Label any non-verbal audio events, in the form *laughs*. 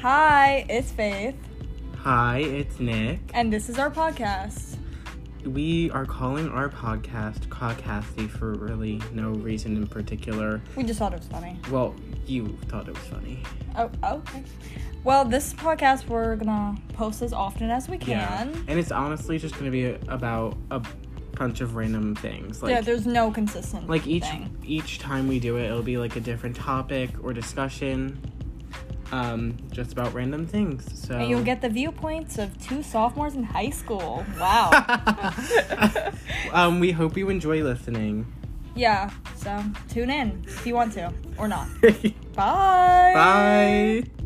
Hi, it's Faith, Hi, it's Nick. and this is our podcast. We are calling our podcast Caucasty for really no reason in particular. We just thought it was funny. Well, you thought it was funny. Oh, okay. Well, this podcast we're gonna post as often as we can. And it's honestly just going to be about a bunch of random things. Like yeah, there's no consistent like each thing. each time we do it, it'll be like a different topic or discussion um just about random things. So And you'll get *laughs* the viewpoints of two sophomores in high school. *laughs* Wow. *laughs* um we hope you enjoy listening. *laughs* yeah. So tune in if you want to or not. Bye. Bye. *laughs* Bye.